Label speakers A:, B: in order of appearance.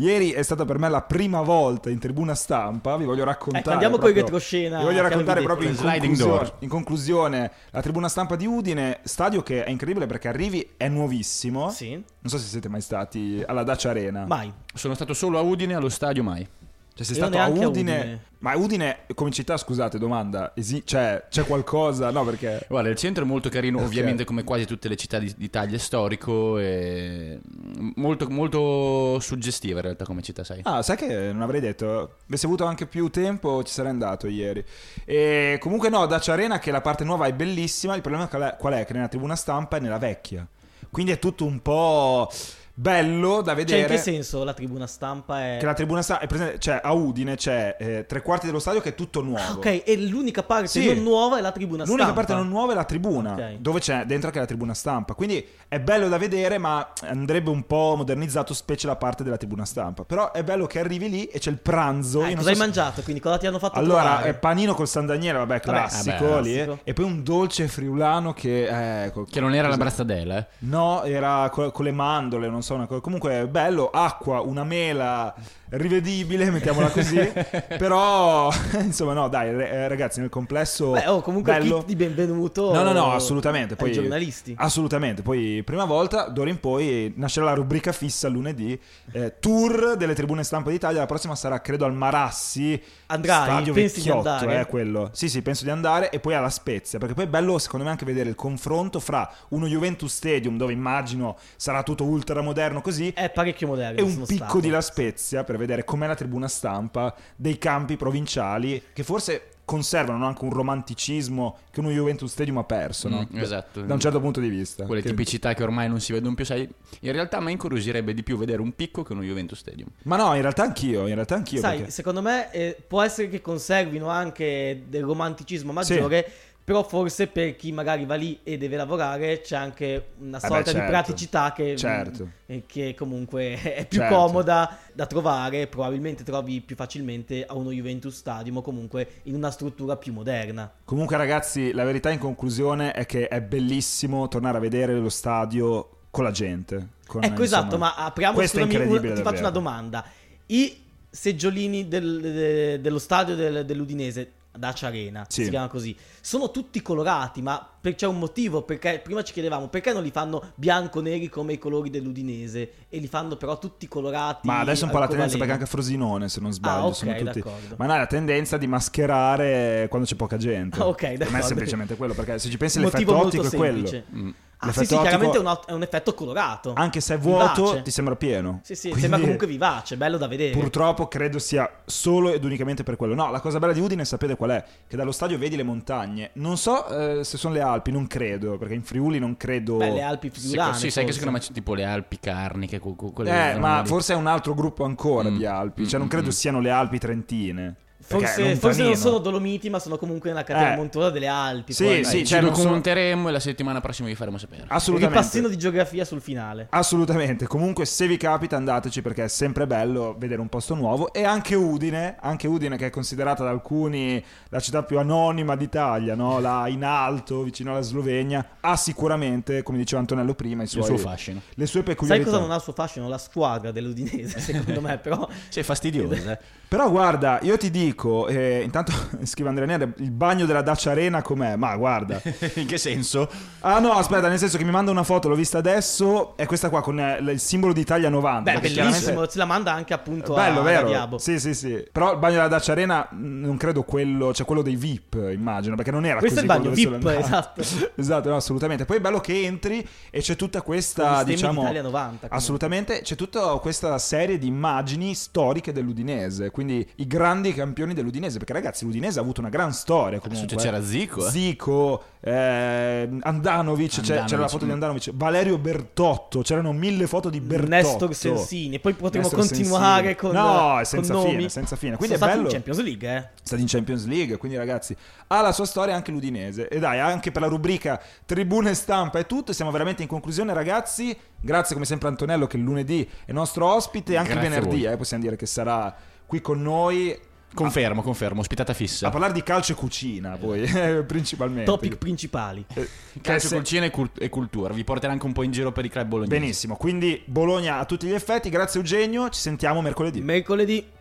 A: Ieri è stata per me la prima volta in tribuna stampa, vi voglio raccontare.
B: Ecco, andiamo
A: proprio-
B: coi retroscena
A: Vi voglio
B: che
A: raccontare
B: avevi
A: proprio in
B: detto.
C: Sliding
A: conclusione,
C: door.
A: in conclusione la tribuna stampa di Udine, stadio che è incredibile perché arrivi, è nuovissimo.
B: Sì.
A: Non so se siete mai stati alla Dacia Arena.
B: Mai.
C: Sono stato solo a Udine, allo stadio mai.
A: Cioè, sei
B: Io
A: stato a
B: neanche
A: Udine,
B: a Udine.
A: Ma Udine come città, scusate, domanda. esi- cioè, c'è qualcosa? No, perché.
C: Guarda, il centro è molto carino,
A: Perché?
C: ovviamente come quasi tutte le città di- d'Italia, è storico e m- molto, molto suggestiva in realtà come città, sai.
A: Ah, sai che non avrei detto. Avessi avuto anche più tempo, ci sarei andato ieri. E comunque, no, Dacia Arena, che la parte nuova è bellissima. Il problema qual è? qual è? Che nella tribuna stampa è nella vecchia. Quindi è tutto un po' bello da
B: Cioè,
A: vedere.
B: in che senso la tribuna stampa è...
A: Che la tribuna stampa è presente, cioè a Udine c'è eh, tre quarti dello stadio che è tutto nuovo.
B: Ah, ok, e l'unica parte
A: Sì.
B: non nuova è la tribuna
A: L'unica
B: stampa.
A: parte non nuova è la tribuna,
B: Ok.
A: dove c'è dentro anche la tribuna stampa. Quindi è bello da vedere, ma andrebbe un po' modernizzato, specie la parte della tribuna stampa. Però è bello che arrivi lì e c'è il pranzo. Io
B: Ah,
A: non
B: cosa
A: so
B: hai
A: se-
B: mangiato? Quindi cosa ti hanno fatto
A: Allora,
B: trovare?
A: eh, panino col San Daniele, vabbè, classico
C: vabbè,
A: lì. eh.
B: classico.
A: E poi un dolce friulano che... eh, ecco,
C: Che non era la
A: cos'è?
C: Brastadella, eh.
A: No, era co- con, le mandorle, non so, una cosa. Comunque, bello, acqua, una mela rivedibile, mettiamola così. Però, insomma, no, dai, re- eh, ragazzi, nel complesso.
B: Beh, oh, comunque
A: bello.
B: kit di benvenuto
A: No, no, no, assolutamente.
B: ai
A: Poi,
B: giornalisti.
A: Assolutamente. Poi, prima volta, d'ora in poi, nascerà la rubrica fissa lunedì. eh, tour delle tribune stampa d'Italia. La prossima sarà, credo, al Marassi.
B: Andrai?
A: Stadio
B: Pensi di
A: vecchiotto,
B: andare?
A: eh, quello. Sì, sì, penso di andare. E poi alla Spezia. Perché poi è bello, secondo me, anche vedere il confronto fra uno Juventus Stadium, dove immagino sarà tutto ultramoderno così.
B: È parecchio moderno.
A: E un
B: Eh, sono
A: picco
B: stato.
A: di La Spezia per vedere com'è la tribuna stampa dei campi provinciali che forse conservano anche un romanticismo che uno Juventus Stadium ha perso, no?
C: Mm, esatto.
A: Da un certo punto di vista.
C: Quelle
A: Che-
C: tipicità che ormai non si vedono più, sai. In realtà mi incuriosirebbe di più vedere un picco che uno Juventus Stadium.
A: Ma no, in realtà anch'io, in realtà anch'io.
B: Sai,
A: perché-
B: secondo me eh, può essere che conservino anche del romanticismo
A: Sì.
B: maggiore, però forse per chi magari va lì e deve lavorare c'è anche una
A: beh,
B: sorta di
A: certo.
B: praticità che,
A: Certo.
B: eh, che comunque è più
A: Certo.
B: comoda da trovare, probabilmente trovi più facilmente a uno Juventus Stadium o comunque in una struttura più moderna.
A: Comunque ragazzi, la verità in conclusione è che è bellissimo tornare a vedere lo stadio con la gente. con-
B: Ecco
A: insomma-
B: esatto, ma apriamo
A: Questo è
B: scusami, un-
A: incredibile
B: ti faccio
A: davvero.
B: una domanda. I seggiolini del- de- dello stadio del- dell'Udinese Dacia Arena,
A: Sì.
B: si chiama così. Sono tutti colorati, ma per- c'è un motivo, perché prima ci chiedevamo perché non li fanno bianco-neri come i colori dell'Udinese e li fanno però tutti colorati.
A: Ma adesso è un po' la tendenza perché anche
B: arcobaleno.
A: a Frosinone, se non sbaglio,
B: Ah, ok,
A: sono tutti...
B: d'accordo.
A: Ma no, è la tendenza di mascherare quando c'è poca gente.
B: Ah, ok,
A: Ma è
B: d'accordo.
A: semplicemente quello, perché se ci pensi
B: Un
A: l'effetto
B: motivo
A: ottico
B: molto
A: è quello.
B: semplice.
C: Mm.
B: Ah,
A: L'effetto
B: sì, sì,
A: ottico-
B: chiaramente è un, ot- è un effetto colorato.
A: Anche se è vuoto,
B: Vivace.
A: ti sembra pieno.
B: Sì, sì,
A: Quindi-
B: sembra comunque vivace, bello da vedere.
A: Purtroppo credo sia solo ed unicamente per quello. No, la cosa bella di Udine, sapete qual è? Che dallo stadio vedi le montagne. Non so eh, se sono le Alpi, non credo, perché in Friuli non credo.
B: Beh, le Alpi
C: Sì,
B: friulane.
C: sì, sai che
B: forse.
C: secondo me c'è tipo le Alpi Carniche, que- que- quelle
A: Eh,
C: erano
A: ma
C: lì.
A: forse è un altro gruppo ancora
C: Mm,
A: di Alpi. Cioè,
C: mm,
A: non credo
C: mm.
A: siano le Alpi trentine. Perché è
B: Forse, forse non
A: lontanino.
B: sono Dolomiti, ma sono comunque nella catena
A: Eh.
B: montuosa delle Alpi.
A: Sì,
B: probabilmente.
C: Dai,
A: sì,
C: ci
A: cioè, non so- Ah,
C: documenteremo e la settimana prossima vi faremo sapere.
A: Assolutamente.
B: Ripassino di geografia sul finale.
A: Assolutamente, comunque se vi capita andateci perché è sempre bello vedere un posto nuovo e anche Udine, anche Udine che è considerata da alcuni la città più anonima d'Italia, no? là in alto vicino alla Slovenia, ha sicuramente, come diceva Antonello prima, i
C: Il
A: suoi-
C: suo fascino.
A: le sue
B: Sai
A: peculiarità.
B: cosa non ha il suo fascino? La squadra dell'Udinese, secondo me, però.
C: Sei fastidioso, eh.
A: Però guarda, io ti dico, eh, intanto scrive Andrea Neri, il bagno della Dacia Arena com'è? Ma guarda,
C: In che senso?
A: ah no aspetta, nel senso che mi manda una foto, l'ho vista adesso, è questa qua con eh, il simbolo d'Italia 90.
B: Beh,
A: perché
B: bellissimo,
A: chiaramente-
B: se la manda anche appunto
A: Bello,
B: a, a
A: vero?
B: Diabo.
A: Sì, sì, sì. Però il bagno della Dacia Arena mh, non credo quello, cioè quello dei VIP, immagino, perché non era
B: Questo è
A: così
B: il bagno
A: quando
B: VIP,
A: sono andato.
B: esatto.
A: esatto, no, assolutamente. Poi è bello che entri e c'è tutta questa,
B: Con gli stemmi
A: diciamo,
B: d'Italia 90, comunque.
A: assolutamente, c'è tutta questa serie di immagini storiche dell'Udinese, quindi i grandi campioni dell'Udinese, perché ragazzi, l'Udinese ha avuto una gran storia comunque.
C: Cioè, c'era Zico, eh.
A: Zico, eh, Andanovic, c'è-
C: Andanovic,
A: c'era la foto di
C: mm.
A: Andanovic, Valerio Bertotto, c'erano mille foto di Bertotto.
B: Nestor Sensini. Poi potremo
A: Nestor
B: continuare
A: Sensini.
B: con.
A: No, è
B: con
A: senza
B: nomi.
A: fine, senza fine. Quindi
B: Sono
A: è
B: stati
A: bello.
B: in Champions League, eh.
A: È stato in Champions League, quindi ragazzi ha la sua storia anche l'Udinese. E dai, anche per la rubrica Tribune Stampa è tutto. Siamo veramente in conclusione, ragazzi. Grazie come sempre Antonello che lunedì è nostro ospite, anche
C: Grazie a
A: venerdì
C: voi.
A: eh, possiamo dire che sarà qui con noi.
C: Confermo, confermo, ospitata
A: A
C: fissa.
A: parlare di calcio e cucina, poi, eh, principalmente.
B: Topic principali.
A: Eh, che
C: Calcio,
A: se-
C: cucina e, cult- e cultura. Vi porterà anche un po' in giro per i club bolognesi.
A: Benissimo, quindi Bologna a tutti gli effetti. Grazie Eugenio, ci sentiamo mercoledì.
B: Mercoledì.